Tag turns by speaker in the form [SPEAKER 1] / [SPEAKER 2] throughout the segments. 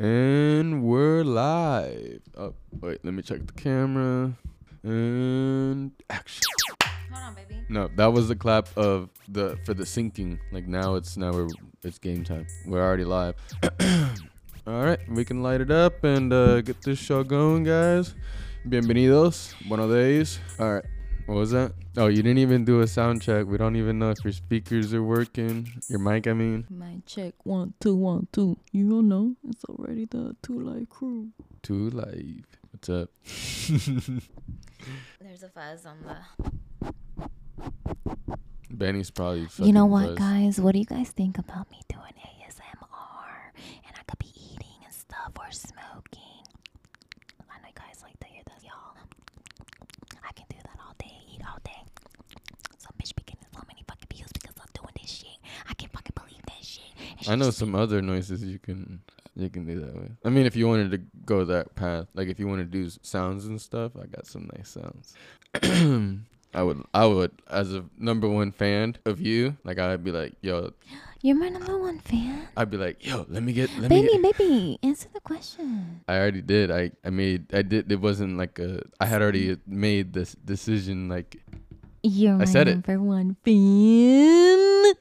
[SPEAKER 1] And we're live. Oh, wait, let me check the camera. And action.
[SPEAKER 2] Hold on, baby.
[SPEAKER 1] No, that was the clap of the for the syncing. Like now it's now we're it's game time. We're already live. All right, we can light it up and uh, get this show going, guys. Bienvenidos. Buenos days. All right. What was that? Oh, you didn't even do a sound check. We don't even know if your speakers are working. Your mic, I mean.
[SPEAKER 2] My check one two one two. You don't know it's already the two light crew.
[SPEAKER 1] Too live. What's up?
[SPEAKER 2] There's a fuzz on the.
[SPEAKER 1] Benny's probably.
[SPEAKER 2] you
[SPEAKER 1] fucking
[SPEAKER 2] know what,
[SPEAKER 1] buzzed.
[SPEAKER 2] guys? What do you guys think about me doing ASMR? And I could be eating and stuff or smoking. I know you guys like to hear this, y'all. I can do that all day, eat all day. Some bitch be getting so many fucking views because I'm doing this shit. I can't fucking believe that shit. And she
[SPEAKER 1] I know
[SPEAKER 2] just-
[SPEAKER 1] some other noises you can you can do that with. I mean, if you wanted to go that path, like if you want to do s- sounds and stuff, I got some nice sounds. I would, I would, as a number one fan of you, like I'd be like, yo,
[SPEAKER 2] You're my number one fan.
[SPEAKER 1] I'd be like, yo, let me get, let me.
[SPEAKER 2] Baby,
[SPEAKER 1] Get.
[SPEAKER 2] baby, answer the question.
[SPEAKER 1] I already did. I, I made, I did. It wasn't like a. I had already made this decision. Like,
[SPEAKER 2] You're my
[SPEAKER 1] said it.
[SPEAKER 2] number one fan.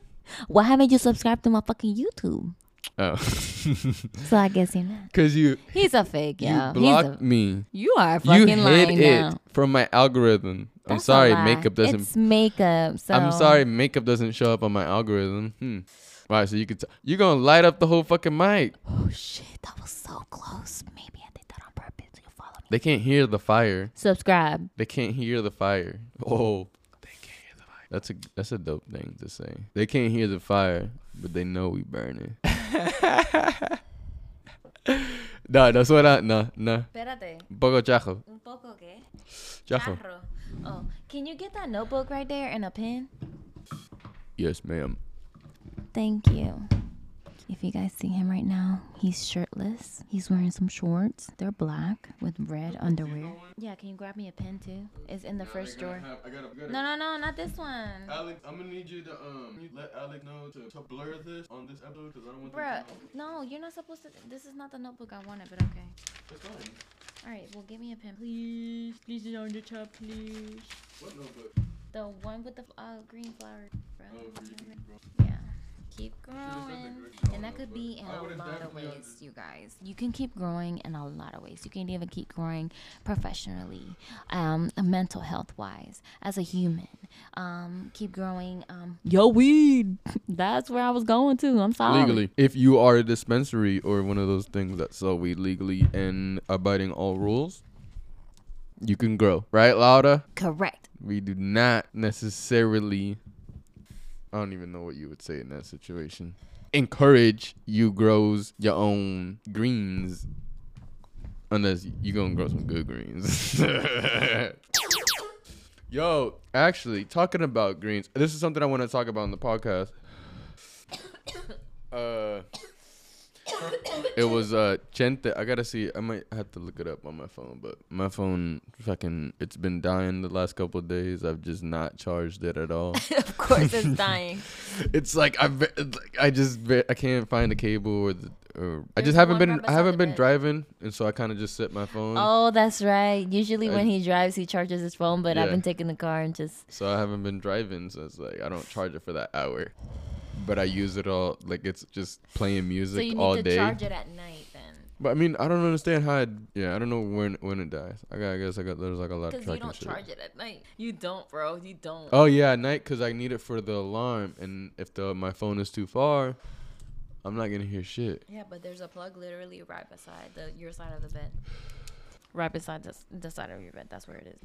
[SPEAKER 2] Why haven't you subscribed to my fucking YouTube?
[SPEAKER 1] oh,
[SPEAKER 2] So I guess you're not.
[SPEAKER 1] because you,
[SPEAKER 2] He's a fake, yeah.
[SPEAKER 1] you blocked me.
[SPEAKER 2] you are
[SPEAKER 1] You
[SPEAKER 2] fucking
[SPEAKER 1] hid
[SPEAKER 2] lying
[SPEAKER 1] it
[SPEAKER 2] now.
[SPEAKER 1] from my algorithm. I'm
[SPEAKER 2] That's a
[SPEAKER 1] sorry,
[SPEAKER 2] lie.
[SPEAKER 1] makeup doesn't
[SPEAKER 2] It's makeup. So
[SPEAKER 1] I'm sorry, makeup doesn't show up on my algorithm. Hmm. Wow, so you could t- you're gonna light up the whole fucking mic.
[SPEAKER 2] Oh shit, that was so close. Maybe I did that on purpose. You follow me.
[SPEAKER 1] They can't hear the fire.
[SPEAKER 2] Subscribe.
[SPEAKER 1] They can't hear the fire. Oh, they can't hear the fire. That's a that's a dope thing to say. They can't hear the fire, but they know we burning. no, that's what I no no.
[SPEAKER 2] Espérate.
[SPEAKER 1] Poco chajo,
[SPEAKER 2] Un poco que.
[SPEAKER 1] chajo.
[SPEAKER 2] Oh, can you get that notebook right there and a pen?
[SPEAKER 1] Yes, ma'am.
[SPEAKER 2] Thank you. If you guys see him right now, he's shirtless. He's wearing some shorts. They're black with red underwear. Yeah, can you grab me a pen too? It's in the first drawer. No, no, no, not this one.
[SPEAKER 1] Alex, I'm gonna need you to um you let Alex know to, to blur this on this episode because I don't want
[SPEAKER 2] Bruh, no, you're not supposed to. This is not the notebook I wanted, but okay.
[SPEAKER 1] It's fine.
[SPEAKER 2] All right, well, give me a pen, please. Please, it's on the top, please.
[SPEAKER 1] What notebook?
[SPEAKER 2] The one with the uh, green flower.
[SPEAKER 1] Oh,
[SPEAKER 2] Bruh.
[SPEAKER 1] green
[SPEAKER 2] Yeah. Keep growing.
[SPEAKER 1] direction
[SPEAKER 2] And
[SPEAKER 1] on
[SPEAKER 2] that could
[SPEAKER 1] notebook.
[SPEAKER 2] be in
[SPEAKER 1] I
[SPEAKER 2] a
[SPEAKER 1] would've
[SPEAKER 2] lot of
[SPEAKER 1] definitely
[SPEAKER 2] ways,
[SPEAKER 1] under-
[SPEAKER 2] you guys. You can keep growing in a lot of ways. You can even keep growing professionally, um, mental health wise, as a human. Um, keep growing. Um, Yo, weed. That's where I was going to. I'm sorry.
[SPEAKER 1] Legally, Um, if you are a dispensary or one of those things that sell weed legally and abiding all rules, you can grow, right, Laura?
[SPEAKER 2] Correct.
[SPEAKER 1] We do not necessarily. I don't even know what you would say in that situation. Encourage you grows your own greens, unless you gonna grow some good greens. Yo, actually, talking about greens, this is something I want to talk about on the podcast. Uh, it was uh Chente. I gotta see. I might have to look it up on my phone, but my phone fucking it's been dying the last couple of days. I've just not charged it at all.
[SPEAKER 2] of course, it's dying.
[SPEAKER 1] it's like I ve- it's like I just ve- I can't find the cable or the. Or I
[SPEAKER 2] There's
[SPEAKER 1] just haven't
[SPEAKER 2] one
[SPEAKER 1] been
[SPEAKER 2] right
[SPEAKER 1] I
[SPEAKER 2] beside
[SPEAKER 1] haven't
[SPEAKER 2] the
[SPEAKER 1] been
[SPEAKER 2] bed.
[SPEAKER 1] driving, and so I kind of just set my phone.
[SPEAKER 2] Oh, that's right. Usually,
[SPEAKER 1] I-
[SPEAKER 2] when he drives, he charges his phone, but I've
[SPEAKER 1] Yeah.
[SPEAKER 2] been taking the car and just.
[SPEAKER 1] So I haven't been driving, so it's like I don't charge it for that hour, but I use it all like it's just playing music
[SPEAKER 2] So you need
[SPEAKER 1] all
[SPEAKER 2] to
[SPEAKER 1] day.
[SPEAKER 2] charge it at night then.
[SPEAKER 1] But I mean, I don't understand how. It, yeah, I don't know when when it dies. I, got, I guess I got there's like a lot of
[SPEAKER 2] Because you
[SPEAKER 1] tracking
[SPEAKER 2] don't
[SPEAKER 1] shit.
[SPEAKER 2] charge it at night. You don't, bro. You don't.
[SPEAKER 1] Oh yeah, at night because I need it for the alarm, and if the my phone is too far, I'm not gonna hear shit.
[SPEAKER 2] Yeah, but there's a plug literally right beside the your side of the bed. Right beside the, the side of your bed. That's where it is.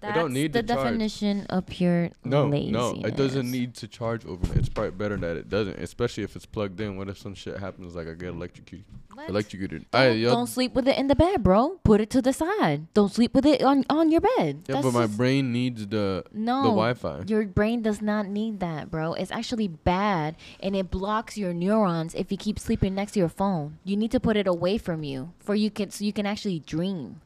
[SPEAKER 1] I don't need
[SPEAKER 2] the
[SPEAKER 1] to charge.
[SPEAKER 2] definition of pure
[SPEAKER 1] No,
[SPEAKER 2] laziness.
[SPEAKER 1] no, it doesn't need to charge overnight. It's probably better that it doesn't, especially if it's plugged in. What if some shit happens, like I get electrocuted?
[SPEAKER 2] What?
[SPEAKER 1] Electrocuted.
[SPEAKER 2] Don't,
[SPEAKER 1] Ay, yo-
[SPEAKER 2] don't sleep with it in the bed, bro. Put it to the side. Don't sleep with it on, on your bed.
[SPEAKER 1] yeah,
[SPEAKER 2] That's
[SPEAKER 1] but my
[SPEAKER 2] just-
[SPEAKER 1] brain needs the
[SPEAKER 2] no,
[SPEAKER 1] the Wi-Fi.
[SPEAKER 2] Your brain does not need that, bro. It's actually bad, and it blocks your neurons if you keep sleeping next to your phone. You need to put it away from you, for you can so you can actually dream.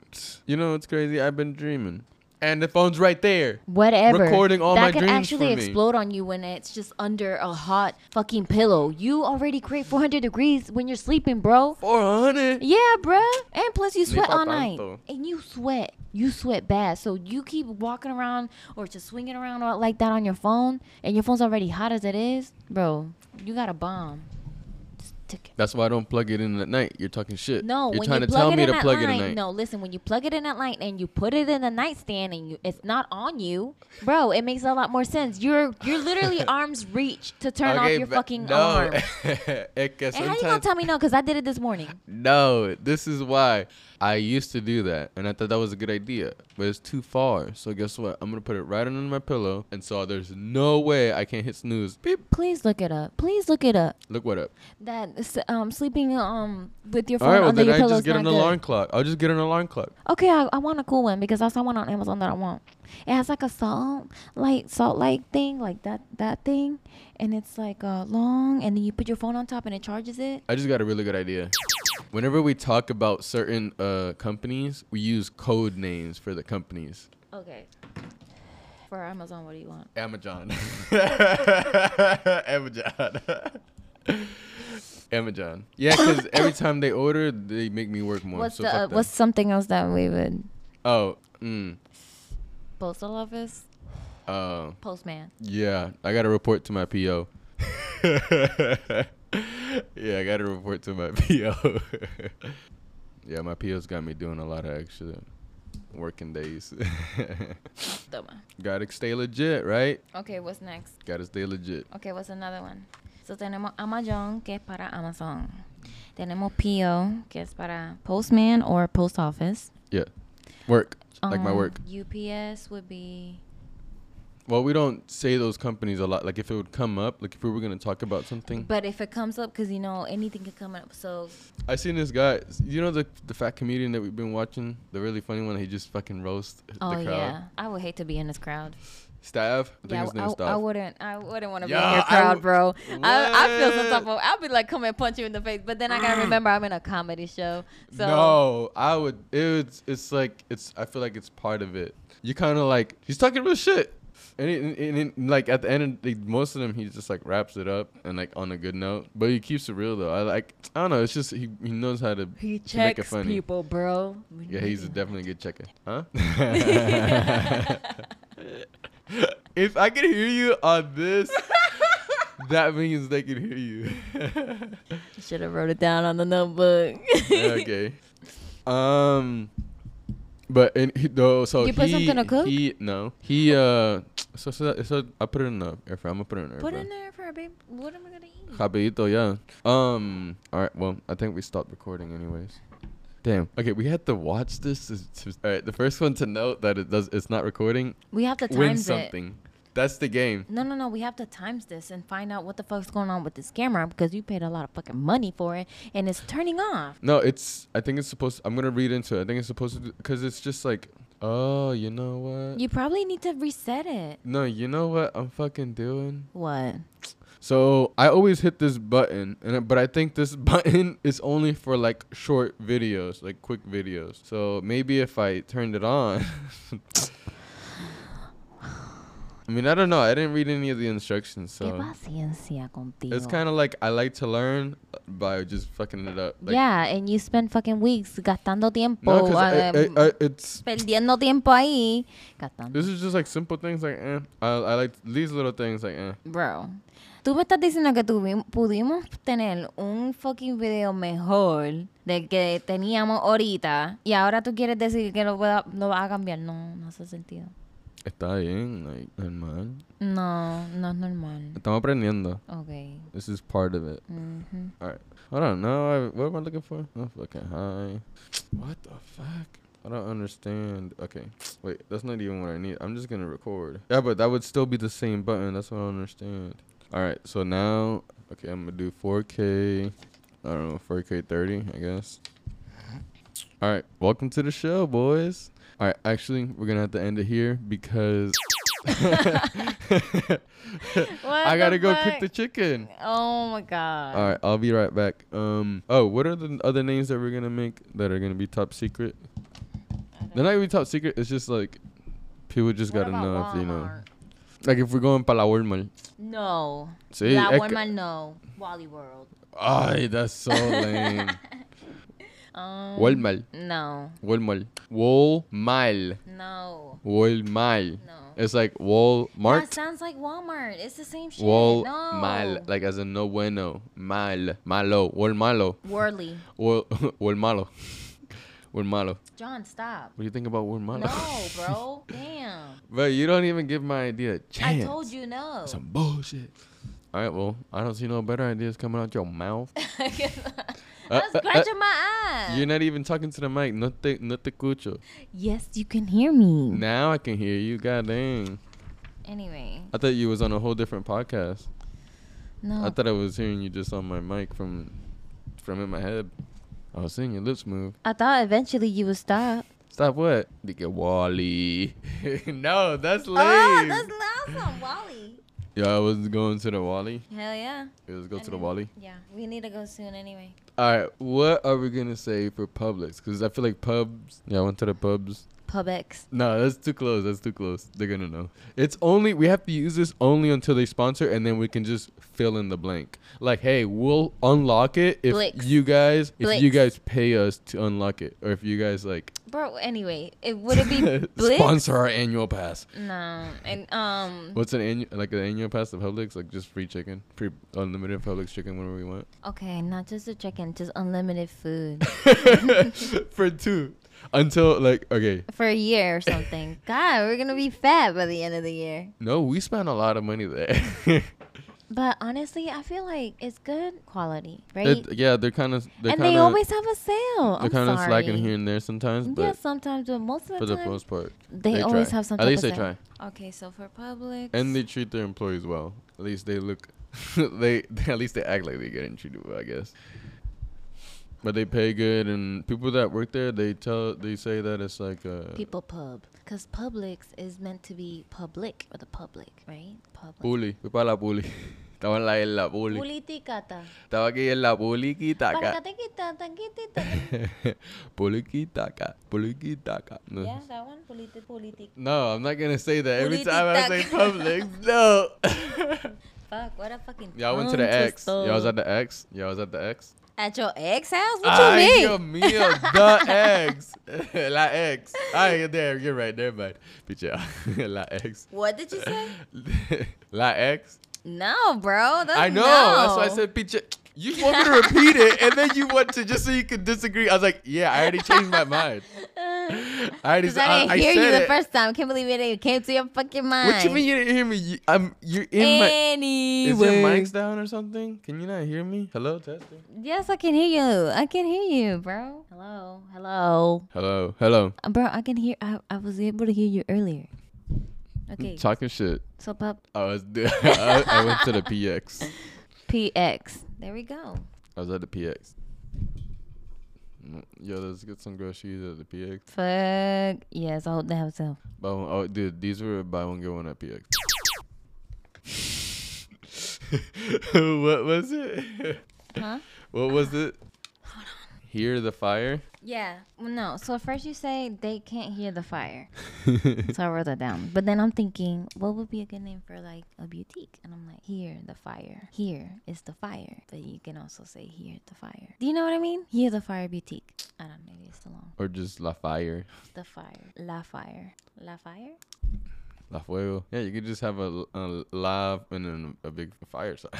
[SPEAKER 1] You know, it's crazy. I've been dreaming. and the phone's right there.
[SPEAKER 2] whatever
[SPEAKER 1] Recording all
[SPEAKER 2] that
[SPEAKER 1] my
[SPEAKER 2] could
[SPEAKER 1] dreams
[SPEAKER 2] actually
[SPEAKER 1] for me.
[SPEAKER 2] explode on you when it's just under a hot fucking pillow you already create 400 degrees when you're sleeping bro
[SPEAKER 1] 400.
[SPEAKER 2] yeah bruh and plus you sweat
[SPEAKER 1] pa
[SPEAKER 2] all night
[SPEAKER 1] tanto.
[SPEAKER 2] and you sweat you sweat bad so you keep walking around or just swinging around all- like that on your phone and your phone's already hot as it is bro you got a bomb Just took it.
[SPEAKER 1] That's why I don't plug it in at night. You're talking shit.
[SPEAKER 2] No,
[SPEAKER 1] you're
[SPEAKER 2] when
[SPEAKER 1] trying
[SPEAKER 2] you
[SPEAKER 1] to
[SPEAKER 2] plug
[SPEAKER 1] tell
[SPEAKER 2] it
[SPEAKER 1] me
[SPEAKER 2] in
[SPEAKER 1] to
[SPEAKER 2] that
[SPEAKER 1] plug
[SPEAKER 2] light,
[SPEAKER 1] it at night.
[SPEAKER 2] No, listen, when you plug it in at night and you put it in the nightstand and you, it's not on you, bro, it makes a lot more sense. You're you're literally arms reach to turn off your
[SPEAKER 1] but
[SPEAKER 2] fucking
[SPEAKER 1] no.
[SPEAKER 2] arm.
[SPEAKER 1] It gets
[SPEAKER 2] And how you gonna
[SPEAKER 1] sometimes-
[SPEAKER 2] tell me no? Because I did it this morning.
[SPEAKER 1] No, this is why I used to do that, and I thought that was a good idea, but it's too far. So guess what? I'm gonna put it right under my pillow, and so there's no way I can't hit snooze. Beep.
[SPEAKER 2] Please look it up. Please look it up.
[SPEAKER 1] Look what up.
[SPEAKER 2] That s- um sleeping um with your phone
[SPEAKER 1] All right, well
[SPEAKER 2] under
[SPEAKER 1] then
[SPEAKER 2] your
[SPEAKER 1] I
[SPEAKER 2] pillow
[SPEAKER 1] just
[SPEAKER 2] is
[SPEAKER 1] get
[SPEAKER 2] not
[SPEAKER 1] an
[SPEAKER 2] good.
[SPEAKER 1] alarm clock. I'll just get an alarm clock.
[SPEAKER 2] Okay, I, I want a cool one because I saw one on Amazon that I want. It has like a salt, like salt like thing, like that that thing, and it's like uh, long, and then you put your phone on top and it charges it.
[SPEAKER 1] I just got a really good idea. Whenever we talk about certain uh, companies, we use code names for the companies.
[SPEAKER 2] Okay. For Amazon, what do you want?
[SPEAKER 1] Amazon. Amazon. Amazon. Yeah, because every time they order, they make me work more.
[SPEAKER 2] what's
[SPEAKER 1] so
[SPEAKER 2] the
[SPEAKER 1] fuck
[SPEAKER 2] uh,
[SPEAKER 1] that.
[SPEAKER 2] what's something else that we would
[SPEAKER 1] Oh, mm,
[SPEAKER 2] postal office
[SPEAKER 1] uh,
[SPEAKER 2] postman?
[SPEAKER 1] yeah. I got to report to my PO. yeah, I got to report to my PO. yeah, my PO's got me doing a lot of extra working days. gotta stay legit, right?
[SPEAKER 2] Okay, what's next?
[SPEAKER 1] Gotta stay legit.
[SPEAKER 2] Okay, what's another one? So tenemos Amazon que es para Amazon. Tenemos PO que es para postman or post office.
[SPEAKER 1] Yeah. Work. like my
[SPEAKER 2] Um,
[SPEAKER 1] work.
[SPEAKER 2] UPS would be
[SPEAKER 1] Well, we don't say those companies a lot. Like if it would come up, like if we were gonna talk about something.
[SPEAKER 2] but if it comes up because you know anything could come up. So
[SPEAKER 1] I seen this guy. You know the the fat comedian that we've been watching, the really funny one. He just fucking roast
[SPEAKER 2] oh
[SPEAKER 1] the crowd.
[SPEAKER 2] yeah, I would hate to be in this crowd.
[SPEAKER 1] Stav. I think
[SPEAKER 2] yeah,
[SPEAKER 1] his name
[SPEAKER 2] I,
[SPEAKER 1] is
[SPEAKER 2] I
[SPEAKER 1] Stav.
[SPEAKER 2] wouldn't. I wouldn't want to be
[SPEAKER 1] Yeah,
[SPEAKER 2] in your
[SPEAKER 1] I
[SPEAKER 2] crowd,
[SPEAKER 1] would-
[SPEAKER 2] bro. I, I feel some type
[SPEAKER 1] What?
[SPEAKER 2] of. I'll be like, come and punch you in the face. But then I gotta remember I'm in a comedy show. So
[SPEAKER 1] no, I would. It's it's like it's. I feel like it's part of it. You kind of like he's talking real shit, and, it, and, and- and, like at the end, of the, most of them he just like wraps it up and like on a good note. But he keeps it real though. I like. I don't know. It's just he, he knows how to
[SPEAKER 2] he
[SPEAKER 1] to make it
[SPEAKER 2] checks
[SPEAKER 1] funny.
[SPEAKER 2] people, bro.
[SPEAKER 1] Yeah, he's a definitely a good checker. Huh? if I could hear you on this, that means they can hear you.
[SPEAKER 2] Should have wrote it down on the notebook.
[SPEAKER 1] okay. Um, but in, he, though, so
[SPEAKER 2] You put
[SPEAKER 1] he,
[SPEAKER 2] something to cook?
[SPEAKER 1] He no, he uh, so so, that, so I put it in the air fryer. I'm gonna put it in the air
[SPEAKER 2] Put
[SPEAKER 1] fryer.
[SPEAKER 2] in there for a babe. What am I gonna eat?
[SPEAKER 1] Rapidito, yeah. Um. All right. Well, I think we stopped recording, anyways. Damn. Okay, we had to watch this. To, to, all right. The first one to note that it does it's not recording
[SPEAKER 2] We have to
[SPEAKER 1] wins
[SPEAKER 2] times it.
[SPEAKER 1] something. That's the game.
[SPEAKER 2] No, no, no. We have to times this and find out what the fuck's going on with this camera because you paid a lot of fucking money for it and it's turning off.
[SPEAKER 1] No, it's. I think it's supposed. I'm gonna read into it. I think it's supposed to because it's just like. Oh, you know what?
[SPEAKER 2] You probably need to reset it.
[SPEAKER 1] no, you know what I'm fucking doing.
[SPEAKER 2] What?
[SPEAKER 1] So I always hit this button, and I- but I think this button is only for like short videos, like quick videos. So maybe if I turned it on. I mean, I don't know. I didn't read any of the instructions,
[SPEAKER 2] Qué
[SPEAKER 1] so
[SPEAKER 2] paciencia contigo.
[SPEAKER 1] it's kind of like I like to learn by just fucking it up. Like,
[SPEAKER 2] yeah, and you spend fucking weeks gastando tiempo,
[SPEAKER 1] No, 'cause I-
[SPEAKER 2] um,
[SPEAKER 1] I- I- it's
[SPEAKER 2] perdiendo tiempo ahí, gastando.
[SPEAKER 1] this is just like simple things like eh. I, I like these little things like eh.
[SPEAKER 2] Bro, tú me estás diciendo que tuvim- pudimos tener un fucking video mejor del que teníamos ahorita y ahora tú quieres decir que lo, pueda- lo vas a cambiar. No, no hace sentido.
[SPEAKER 1] Está bien, like normal.
[SPEAKER 2] No, no es normal.
[SPEAKER 1] Estamos aprendiendo.
[SPEAKER 2] Ok.
[SPEAKER 1] This is part of it.
[SPEAKER 2] Ujú.
[SPEAKER 1] All right. I don't know. I, what am I looking for? Oh, fucking high. What the fuck? I don't understand. Okay. Wait, that's not even what I need. I'm just going to record. Yeah, but that would still be the same button. That's what I don't understand. All right. So now, okay, I'm going to do 4K. I don't know, 4K 30, I guess. All right. Welcome to the show, boys. All right. Actually, we're going to have to end it here because I
[SPEAKER 2] the
[SPEAKER 1] got to go
[SPEAKER 2] fuck?
[SPEAKER 1] cook the chicken.
[SPEAKER 2] Oh my god.
[SPEAKER 1] All right, I'll be right back. Um. Oh, what are the other names that we're gonna make that are gonna be top secret? They're not gonna be top secret. It's just like People just
[SPEAKER 2] What
[SPEAKER 1] gotta
[SPEAKER 2] about
[SPEAKER 1] know if you know.
[SPEAKER 2] Walmart?
[SPEAKER 1] Like if we're going para la Walmart.
[SPEAKER 2] No.
[SPEAKER 1] Sí, es
[SPEAKER 2] La
[SPEAKER 1] que-
[SPEAKER 2] Walmart no. Wally World.
[SPEAKER 1] Ay, that's so lame.
[SPEAKER 2] Mm. Um,
[SPEAKER 1] Walmart.
[SPEAKER 2] No.
[SPEAKER 1] Walmart. Walmart.
[SPEAKER 2] No.
[SPEAKER 1] Walmart.
[SPEAKER 2] No.
[SPEAKER 1] It's like
[SPEAKER 2] That
[SPEAKER 1] Walmart.
[SPEAKER 2] sounds like Walmart. It's the same shit.
[SPEAKER 1] Wal
[SPEAKER 2] no.
[SPEAKER 1] mal. Like as a no bueno. Mal. Malo. Wal malo.
[SPEAKER 2] Worley.
[SPEAKER 1] Wal Wal malo. Wal malo.
[SPEAKER 2] John, stop.
[SPEAKER 1] What do you think about Wal malo?
[SPEAKER 2] No, bro. Damn.
[SPEAKER 1] But you don't even give my idea a
[SPEAKER 2] I
[SPEAKER 1] chance.
[SPEAKER 2] told you no.
[SPEAKER 1] Some bullshit. All right, well, I don't see no better ideas coming out your mouth.
[SPEAKER 2] I'm
[SPEAKER 1] uh,
[SPEAKER 2] scratching my eye.
[SPEAKER 1] You're not even talking to the mic. No te, no te escucho.
[SPEAKER 2] yes, you can hear me.
[SPEAKER 1] Now I can hear you. God dang.
[SPEAKER 2] Anyway.
[SPEAKER 1] I thought you was on a whole different podcast.
[SPEAKER 2] No.
[SPEAKER 1] I thought I was hearing you just on my mic from from in my head. I was seeing your lips move.
[SPEAKER 2] I thought eventually you would stop.
[SPEAKER 1] Stop what? Nigga Wally. no, that's lame.
[SPEAKER 2] Oh, that's awesome, Wally.
[SPEAKER 1] yeah, I was going to the Wally.
[SPEAKER 2] Hell yeah.
[SPEAKER 1] Yeah, Let's go
[SPEAKER 2] And
[SPEAKER 1] to the
[SPEAKER 2] then-
[SPEAKER 1] Wally.
[SPEAKER 2] Yeah, we need to go soon anyway.
[SPEAKER 1] All right, what are we gonna say for Publix? Because I feel like pubs. Yeah, I went to the pubs.
[SPEAKER 2] Publix.
[SPEAKER 1] No, that's too close. That's too close. They're gonna know. It's only we have to use this only until they sponsor, and then we can just fill in the blank. Like, hey, we'll unlock it if
[SPEAKER 2] Blix.
[SPEAKER 1] you guys if you
[SPEAKER 2] Blix.
[SPEAKER 1] guys pay us to unlock it, or if you guys like
[SPEAKER 2] Bro, anyway, it would it be Blix?
[SPEAKER 1] sponsor our annual pass.
[SPEAKER 2] No, and um,
[SPEAKER 1] What's an annual like an annual pass of Publix? Like just free chicken, free unlimited Publix chicken whenever we want
[SPEAKER 2] okay, not just the chicken, just unlimited food
[SPEAKER 1] for two until like okay.
[SPEAKER 2] for a year or something. God, we're gonna be fat by the end of the year.
[SPEAKER 1] No, we spent a lot of money there.
[SPEAKER 2] But honestly, I feel like it's good quality, right?
[SPEAKER 1] It- yeah, they're kind of they're kind
[SPEAKER 2] and they
[SPEAKER 1] of
[SPEAKER 2] always have a sale.
[SPEAKER 1] they're
[SPEAKER 2] I'm
[SPEAKER 1] kind of
[SPEAKER 2] sorry.
[SPEAKER 1] slacking here and there sometimes, but
[SPEAKER 2] Yeah, sometimes, but most of
[SPEAKER 1] for the
[SPEAKER 2] the time,
[SPEAKER 1] most part,
[SPEAKER 2] they, always
[SPEAKER 1] try.
[SPEAKER 2] have some.
[SPEAKER 1] At
[SPEAKER 2] type
[SPEAKER 1] least
[SPEAKER 2] of
[SPEAKER 1] they
[SPEAKER 2] sale.
[SPEAKER 1] try,
[SPEAKER 2] Okay, so for Publix,
[SPEAKER 1] and they treat their employees well. At least they look, they, they at least they act like they getting treated well, I guess. But they pay good, and people that work there, they tell they say that it's like uh,
[SPEAKER 2] people pub, because Publix is meant to be public for the public, right? Public.
[SPEAKER 1] bully. Fui para la bully. Estaba en la, en la bully.
[SPEAKER 2] Puliticata.
[SPEAKER 1] Estaba aquí en la bully quitaca.
[SPEAKER 2] Patacatequita, taquitita.
[SPEAKER 1] bully quitaca. Bully quitaca. No.
[SPEAKER 2] Yeah, that one. Politi- politic.
[SPEAKER 1] No, I'm not gonna say that every time I say Publix. No.
[SPEAKER 2] Fuck, what a fucking.
[SPEAKER 1] Y'all went to
[SPEAKER 2] tongue
[SPEAKER 1] the X.
[SPEAKER 2] twister.
[SPEAKER 1] Y'all was at the X. Y'all was at the X.
[SPEAKER 2] At your ex house? What you
[SPEAKER 1] Ay,
[SPEAKER 2] mean?
[SPEAKER 1] Dios mío, the X. La X. Ay, there, you're right. Never mind. Bitch, yeah. La X.
[SPEAKER 2] What did you say?
[SPEAKER 1] La X.
[SPEAKER 2] No, bro. That's
[SPEAKER 1] I know. That's why I
[SPEAKER 2] Oh, no.
[SPEAKER 1] said pizza. You want me to repeat it, and then you want to just so you could disagree. I was like, yeah, I already changed my mind. I already
[SPEAKER 2] Because
[SPEAKER 1] said.
[SPEAKER 2] I
[SPEAKER 1] I,
[SPEAKER 2] didn't
[SPEAKER 1] uh, I
[SPEAKER 2] hear you
[SPEAKER 1] said
[SPEAKER 2] the
[SPEAKER 1] it.
[SPEAKER 2] first time. I can't believe it even came to your fucking mind.
[SPEAKER 1] What you mean you didn't hear me? You, I'm you're in my.
[SPEAKER 2] Anyway.
[SPEAKER 1] Is your mic's down or something? Can you not hear me? Hello, testing.
[SPEAKER 2] Yes, I can hear you. I can hear you, bro. Hello. Hello.
[SPEAKER 1] Hello, hello.
[SPEAKER 2] Uh, Bro, I can hear. I, I was able to hear you earlier.
[SPEAKER 1] Mm,
[SPEAKER 2] Okay.
[SPEAKER 1] Talking shit.
[SPEAKER 2] So, Pop
[SPEAKER 1] I was I, I went to the PX.
[SPEAKER 2] PX. There we go.
[SPEAKER 1] I was at the PX. Mm, Yo, let's get some groceries at the PX.
[SPEAKER 2] Fuck. Yes, I hope that helps out.
[SPEAKER 1] Buy one, oh, dude, these were buy one get one at PX. what was it?
[SPEAKER 2] Huh?
[SPEAKER 1] What was it? Hear the fire?
[SPEAKER 2] Yeah. Well, no. So first you say they can't hear the fire. so I wrote that down. But then I'm thinking, what would be a good name for like a boutique? And I'm like, here the fire. Here is the fire. But you can also say here the fire. Do you know what I mean? Here the fire boutique. I don't know. Maybe it's too long.
[SPEAKER 1] Or just La Fire?
[SPEAKER 2] The fire. La fire. La fire.
[SPEAKER 1] La Fuego? Yeah, you could just have a, a live and then a big fire sign.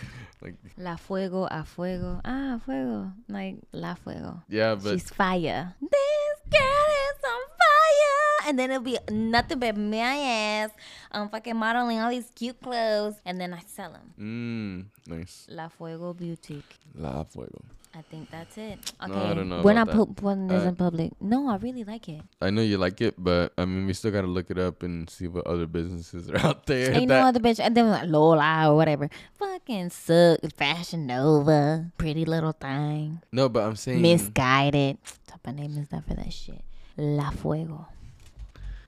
[SPEAKER 1] like,
[SPEAKER 2] La fuego a fuego. Ah, fuego. Like la fuego.
[SPEAKER 1] yeah, but.
[SPEAKER 2] She's fire. This girl is on fire. And then it'll be nothing but my ass. I'm fucking modeling all these cute clothes. And then I sell them.
[SPEAKER 1] Mmm, nice.
[SPEAKER 2] La Fuego Boutique.
[SPEAKER 1] La Fuego.
[SPEAKER 2] I think that's it. Okay.
[SPEAKER 1] No, I don't know
[SPEAKER 2] When I
[SPEAKER 1] about that.
[SPEAKER 2] put one is
[SPEAKER 1] Uh,
[SPEAKER 2] in public. No, I really like it.
[SPEAKER 1] I know you like it, but I mean, we still gotta look it up and see what other businesses are out there.
[SPEAKER 2] Ain't no
[SPEAKER 1] that-
[SPEAKER 2] other bitch. And then like Lola or whatever. Fucking suck. Fashion Nova. Pretty little thing.
[SPEAKER 1] no, but I'm saying.
[SPEAKER 2] Misguided. Top of name is that for that shit. La Fuego.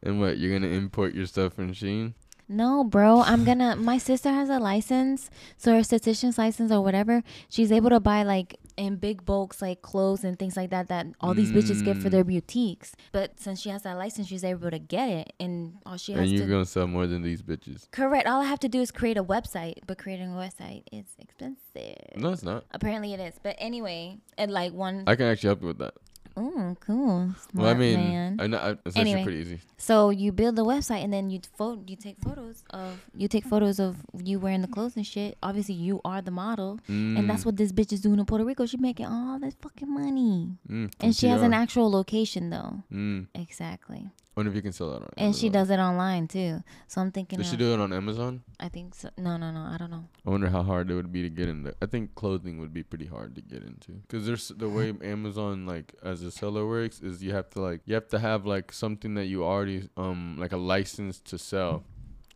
[SPEAKER 1] And what you're gonna import your stuff from Shein?
[SPEAKER 3] No, bro, I'm gonna. My sister has a license, so her esthetician's license or whatever. She's able to buy like in big bulks, like clothes and things like that. That all these bitches get for their
[SPEAKER 1] Mm.
[SPEAKER 3] boutiques. But since she has that license, she's able to get it, and all she has
[SPEAKER 1] and
[SPEAKER 3] to.
[SPEAKER 1] you're gonna sell more than these bitches.
[SPEAKER 3] correct. All I have to do is create a website, but creating a website is expensive.
[SPEAKER 1] No, it's not.
[SPEAKER 3] Apparently it is, but anyway, and like one.
[SPEAKER 1] I can actually help you with that.
[SPEAKER 3] Oh, cool. Smart
[SPEAKER 1] Well, I mean,
[SPEAKER 3] man.
[SPEAKER 1] I know I, it's
[SPEAKER 3] Anyway.
[SPEAKER 1] actually pretty easy.
[SPEAKER 3] So you build the website and then you photo, you take photos of you take photos of you wearing the clothes and shit. Obviously you are the model, and
[SPEAKER 1] Mm.
[SPEAKER 3] that's what this bitch is doing in Puerto Rico. She making all this fucking money,
[SPEAKER 1] Mm,
[SPEAKER 3] and she has an
[SPEAKER 1] TR.
[SPEAKER 3] actual location though.
[SPEAKER 1] Mm.
[SPEAKER 3] Exactly,
[SPEAKER 1] Wonder if you can sell that on.
[SPEAKER 3] and she
[SPEAKER 1] Amazon.
[SPEAKER 3] does it online too. So I'm thinking,
[SPEAKER 1] Does she
[SPEAKER 3] of-
[SPEAKER 1] do it on Amazon?
[SPEAKER 3] I think so. No, no, no. I don't know.
[SPEAKER 1] I wonder how hard it would be to get in there. I think clothing would be pretty hard to get into because there's the way Amazon like as a seller works is you have to like you have to have like something that you already um like a license to sell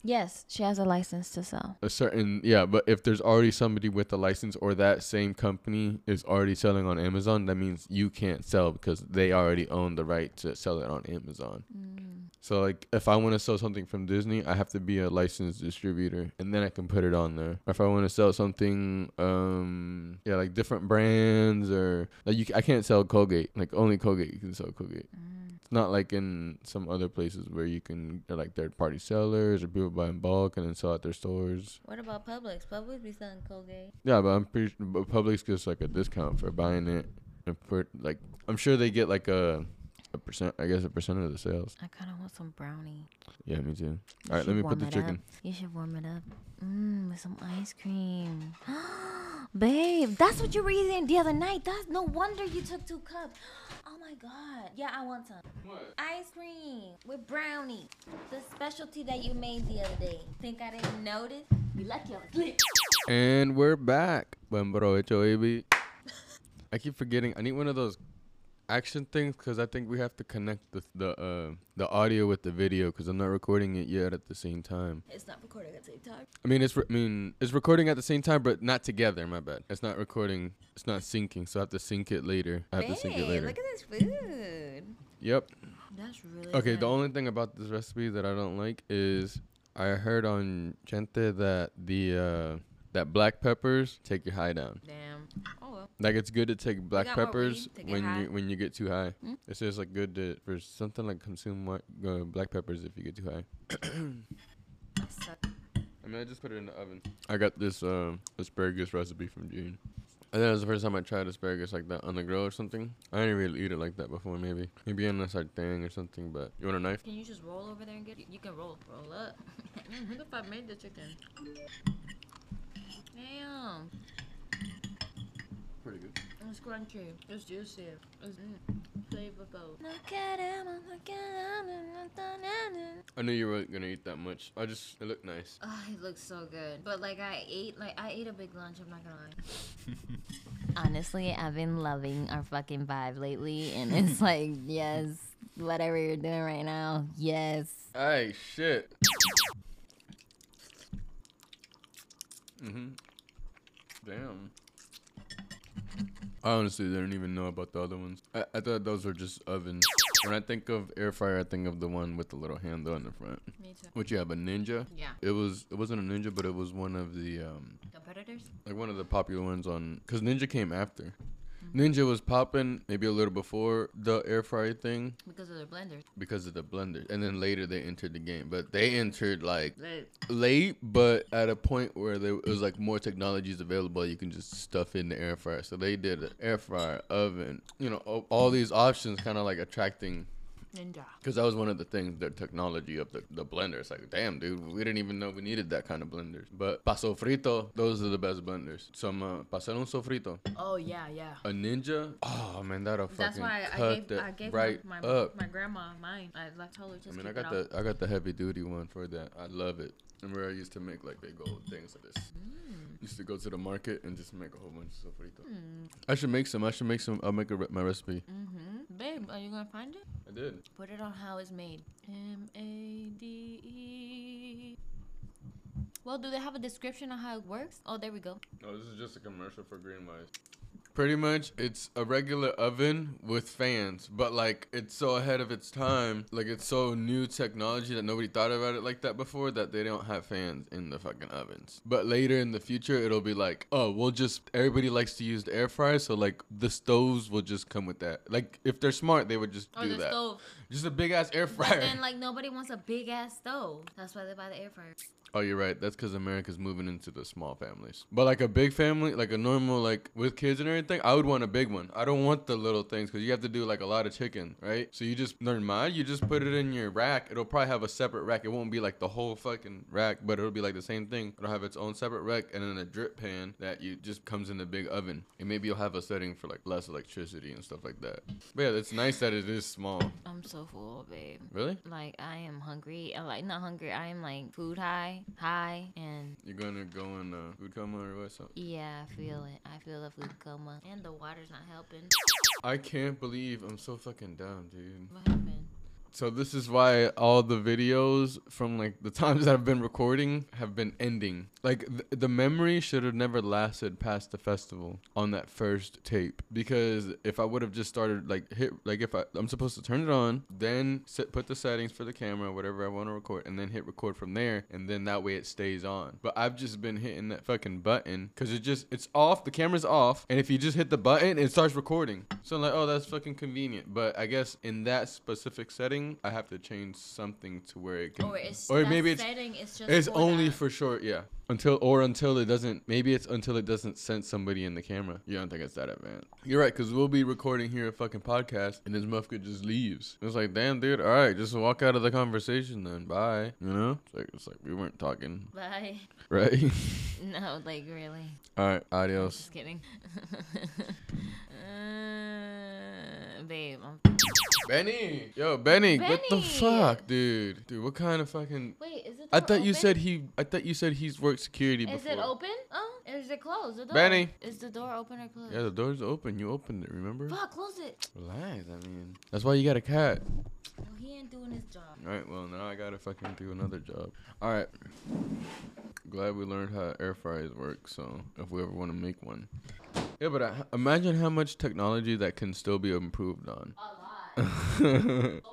[SPEAKER 3] Yes, she has a license to sell.
[SPEAKER 1] a certain yeah but if there's already somebody with a license or that same company is already selling on Amazon that means you can't sell because they already own the right to sell it on Amazon.
[SPEAKER 2] Mm,
[SPEAKER 1] So like if I want to sell something from Disney, I have to be a licensed distributor and then I can put it on there. Or if I want to sell something um yeah, like different brands or like you c- I can't sell Colgate. Like only Colgate you can sell Colgate.
[SPEAKER 2] mm.
[SPEAKER 1] It's not like in some other places where you can they're like third party sellers or people buy in bulk and then sell at their stores.
[SPEAKER 2] What about Publix? Publix be selling Colgate.
[SPEAKER 1] Yeah, but I'm pretty sure but Publix gives like a discount for buying it and for like I'm sure they get like a a percent I guess a percent of the sales.
[SPEAKER 2] I kind of want some brownie.
[SPEAKER 1] Yeah, me too.
[SPEAKER 3] You
[SPEAKER 1] All right,
[SPEAKER 3] should
[SPEAKER 1] let me
[SPEAKER 3] warm
[SPEAKER 1] put the
[SPEAKER 3] it
[SPEAKER 1] chicken.
[SPEAKER 3] Up. You should warm it up. Mmm, with some ice cream. Babe, that's what you were eating the other night. That's no wonder you took two cups. Oh my god. Yeah, I want some. Ice cream with brownie. The specialty that you made the other day. Think I didn't notice? You lucky I was lit.
[SPEAKER 1] And we're back. Buen provecho, baby. I keep forgetting. I need one of those action things because I think we have to connect the the uh, the audio with the video because I'm not recording it yet at the same time.
[SPEAKER 2] It's not recording at the same time.
[SPEAKER 1] I mean, it's re- I mean it's recording at the same time, but not together. My bad. It's not recording. It's not syncing, so I have to sync it later. I have to sync it
[SPEAKER 2] Babe,
[SPEAKER 1] later.
[SPEAKER 2] look at this food.
[SPEAKER 1] Yep.
[SPEAKER 2] That's really
[SPEAKER 1] Okay,
[SPEAKER 2] Good.
[SPEAKER 1] the only thing about this recipe that I don't like is I heard on Chente that the uh, that black peppers take your high down.
[SPEAKER 2] Damn. Oh well.
[SPEAKER 1] Like it's good to take black
[SPEAKER 2] got what we
[SPEAKER 1] peppers
[SPEAKER 2] need to get
[SPEAKER 1] when
[SPEAKER 2] high. Hmm?
[SPEAKER 1] you when you get too high. It's just like good to for something like consume white, uh, black peppers if you get too high. I mean, I just put it in the oven. I got this um, asparagus recipe from June. I think that was the first time I tried asparagus like that on the grill or something. I didn't really eat it like that before. Maybe maybe on a sartén or something. But you want a knife?
[SPEAKER 2] Can you just roll over there and get it? You can roll. Roll up. Mm, Look if I made the chicken. Damn.
[SPEAKER 1] Pretty good.
[SPEAKER 2] It's crunchy. It's juicy. It's mm, flavorful.
[SPEAKER 3] Look at him, look at him, look at him.
[SPEAKER 1] I knew you weren't gonna eat that much. I just it looked nice.
[SPEAKER 2] Oh, it looks so good. But like I ate, like I ate a big lunch. I'm not gonna lie.
[SPEAKER 3] Honestly, I've been loving our fucking vibe lately, and it's like, yes, whatever you're doing right now, yes.
[SPEAKER 1] Ay, shit. Mhm. Damn. I honestly didn't even know about the other ones. I, I thought those were just ovens. When I think of air fryer, I think of the one with the little handle in the front.
[SPEAKER 2] Me too.
[SPEAKER 1] What you have a ninja?
[SPEAKER 2] Yeah.
[SPEAKER 1] It was it wasn't a ninja, but it was one of the um
[SPEAKER 2] Competitors?
[SPEAKER 1] like one of the popular ones on because ninja came after. Ninja was popping maybe a little before the air fryer thing
[SPEAKER 2] Because of the blenders.
[SPEAKER 1] because of the blender. And then later they entered the game, but they entered like
[SPEAKER 2] Like,
[SPEAKER 1] late, but at a point where there it was like more technologies available. You can just stuff in the air fryer. So they did an air fryer, oven, you know, all, all these options, kind of like attracting.
[SPEAKER 2] ninja.
[SPEAKER 1] Because that was one of the things, the technology of the, the blender. It's like, damn, dude, we didn't even know we needed that kind of blenders. But paso frito, those are the best blenders. Some uh, pasar un sofrito,
[SPEAKER 2] Oh yeah, yeah.
[SPEAKER 1] a ninja. Oh man, that'll fucking
[SPEAKER 2] That's why I
[SPEAKER 1] cut
[SPEAKER 2] gave,
[SPEAKER 1] that
[SPEAKER 2] I gave
[SPEAKER 1] right
[SPEAKER 2] my, my,
[SPEAKER 1] up.
[SPEAKER 2] my grandma mine. I like told her just
[SPEAKER 1] I mean,
[SPEAKER 2] keep
[SPEAKER 1] I
[SPEAKER 2] it
[SPEAKER 1] got
[SPEAKER 2] all.
[SPEAKER 1] the I got the heavy duty one for that. I love it. Remember, I used to make like big old things like this.
[SPEAKER 2] Mm.
[SPEAKER 1] Used to go to the market and just make a whole bunch of sofrito. I should make some. I should make some. I'll make a, re- my recipe.
[SPEAKER 2] Mhm. Babe, are you gonna find it?
[SPEAKER 1] I did.
[SPEAKER 2] Put it on how it's made. M A D E. Well, do they have a description on how it works? Oh, there we go.
[SPEAKER 1] No, this is just a commercial for Greenwise. Pretty much, it's a regular oven with fans, but like it's so ahead of its time, like it's so new technology that nobody thought about it like that before that they don't have fans in the fucking ovens. But later in the future, it'll be like, oh, we'll just everybody likes to use the air fryer, so like the stoves will just come with that. Like if they're smart, they would just
[SPEAKER 2] Or
[SPEAKER 1] do
[SPEAKER 2] Oh, the
[SPEAKER 1] that.
[SPEAKER 2] stove.
[SPEAKER 1] Just a big ass air
[SPEAKER 2] But
[SPEAKER 1] fryer.
[SPEAKER 2] then, like, nobody wants a big ass stove. That's why they buy the air fryer.
[SPEAKER 1] Oh, you're right. That's because America's moving into the small families. But like a big family, like a normal, like with kids and everything, I would want a big one. I don't want the little things because you have to do like a lot of chicken, right? So you just normal, you just put it in your rack. It'll probably have a separate rack. It won't be like the whole fucking rack, but it'll be like the same thing. It'll have its own separate rack and then a drip pan that you just comes in the big oven. And maybe you'll have a setting for like less electricity and stuff like that. But yeah, it's nice that it is small.
[SPEAKER 2] I'm so full, babe.
[SPEAKER 1] Really?
[SPEAKER 2] Like, I am hungry. I'm like, not hungry. I am like food high, high, and
[SPEAKER 1] You're gonna go in uh, food coma or what? So-
[SPEAKER 2] yeah, I feel it. I feel the food coma. And the water's not helping.
[SPEAKER 1] I can't believe I'm so fucking dumb, dude.
[SPEAKER 2] What happened?
[SPEAKER 1] So this is why all the videos from like the times that I've been recording have been ending. Like th- the memory should have never lasted past the festival on that first tape because if I would have just started like hit like if I I'm supposed to turn it on, then set, put the settings for the camera, whatever I want to record, and then hit record from there, and then that way it stays on. But I've just been hitting that fucking button because it just it's off. The camera's off, and if you just hit the button, it starts recording. So I'm like, oh, that's fucking convenient. But I guess in that specific setting, I have to change something to where it can,
[SPEAKER 2] Or it's
[SPEAKER 1] or
[SPEAKER 2] that
[SPEAKER 1] maybe it's
[SPEAKER 2] setting is just
[SPEAKER 1] it's
[SPEAKER 2] for
[SPEAKER 1] only
[SPEAKER 2] that.
[SPEAKER 1] for short, yeah. Until or until it doesn't. Maybe it's until it doesn't sense somebody in the camera. You don't think it's that advanced? You're right, cause we'll be recording here a fucking podcast, and this motherfucker just leaves. It's like, damn, dude. All right, just walk out of the conversation then. Bye. You know? It's like it's like we weren't talking,
[SPEAKER 2] Bye.
[SPEAKER 1] right?
[SPEAKER 2] No, like, really.
[SPEAKER 1] all right, adios.
[SPEAKER 2] Just kidding. uh, babe, I'm
[SPEAKER 1] Benny, yo, Benny, what the
[SPEAKER 2] Benny!
[SPEAKER 1] fuck, dude? Dude, what kind of fucking?
[SPEAKER 2] Wait, is it?
[SPEAKER 1] I
[SPEAKER 2] door
[SPEAKER 1] thought you
[SPEAKER 2] open?
[SPEAKER 1] said he. I thought you said he's worked security
[SPEAKER 2] Is
[SPEAKER 1] before.
[SPEAKER 2] it open? Oh, or is it closed? The door.
[SPEAKER 1] Benny.
[SPEAKER 2] Is the door open or closed?
[SPEAKER 1] Yeah, the door's open. You opened it, remember?
[SPEAKER 2] Fuck, close it.
[SPEAKER 1] Relax. I mean, that's why you got a cat.
[SPEAKER 2] Well, he ain't doing his job.
[SPEAKER 1] All right, well, now I gotta fucking do another job. All right. Glad we learned how air fryers work, so if we ever wanna make one. Yeah, but I, imagine how much technology that can still be improved on.
[SPEAKER 2] A lot. Oh, so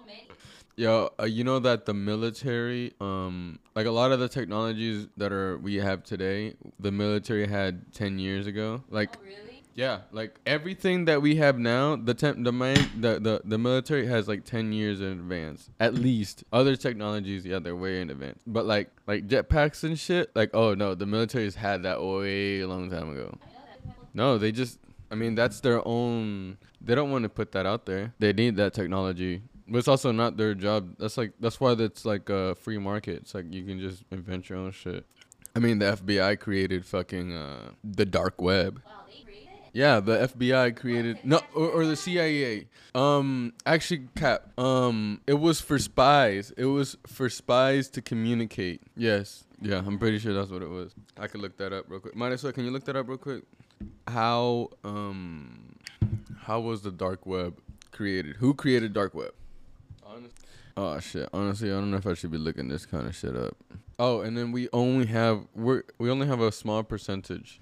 [SPEAKER 2] many.
[SPEAKER 1] Yo, uh, you know that the military, um, like a lot of the technologies that are we have today, the military had ten years ago. Like,
[SPEAKER 2] Oh, Really?
[SPEAKER 1] yeah, like everything that we have now, the temp, the man, the, the the military has like ten years in advance, at least. Other technologies, yeah, they're way in advance. But like like jetpacks and shit, like oh no, the military's had that way a long time ago. No, they just. I mean, that's their own. They don't want to put that out there. They need that technology, but it's also not their job. That's like that's why that's like a free market. It's like you can just invent your own shit. I mean, the FBI created fucking uh, the dark web.
[SPEAKER 2] Wow, they created it?
[SPEAKER 1] Yeah, the FBI created no, or, or the CIA. Um, actually, cap. Um, it was for spies. It was for spies to communicate. Yes. Yeah, I'm pretty sure that's what it was. I could look that up real quick. Might as well. Can you look that up real quick? How um, how was the dark web created? Who created dark web? Oh shit! Honestly, I don't know if I should be looking this kind of shit up. Oh, and then we only have we we only have a small percentage.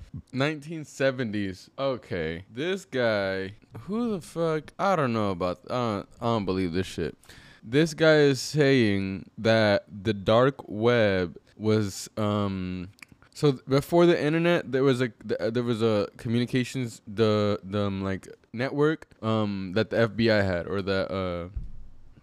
[SPEAKER 1] 1970s. Okay, this guy. Who the fuck? I don't know about. I don't, I don't believe this shit. This guy is saying that the dark web was um. So th- before the internet, there was a th- uh, there was a communications the the um, like network um that the FBI had or that uh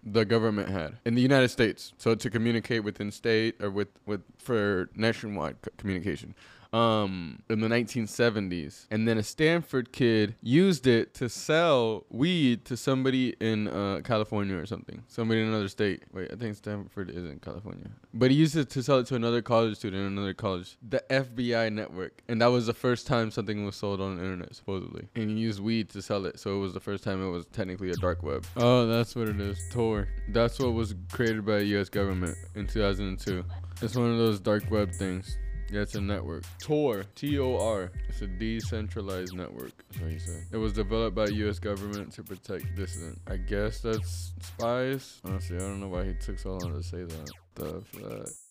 [SPEAKER 1] the government had in the United States. So to communicate within state or with, with for nationwide c- communication. Um, in the 1970s, and then a Stanford kid used it to sell weed to somebody in uh, California or something, somebody in another state. Wait, I think Stanford is in California, but he used it to sell it to another college student in another college. The FBI network, and that was the first time something was sold on the internet supposedly, and he used weed to sell it, so it was the first time it was technically a dark web. Oh, that's what it is. Tor. That's what was created by the U.S. government in 2002. It's one of those dark web things. Yeah, it's a network. Tor, T-O-R. It's a decentralized network. That's what he said. It was developed by U.S. government to protect dissident. I guess that's spies. Honestly, I don't know why he took so long to say that. The fuck.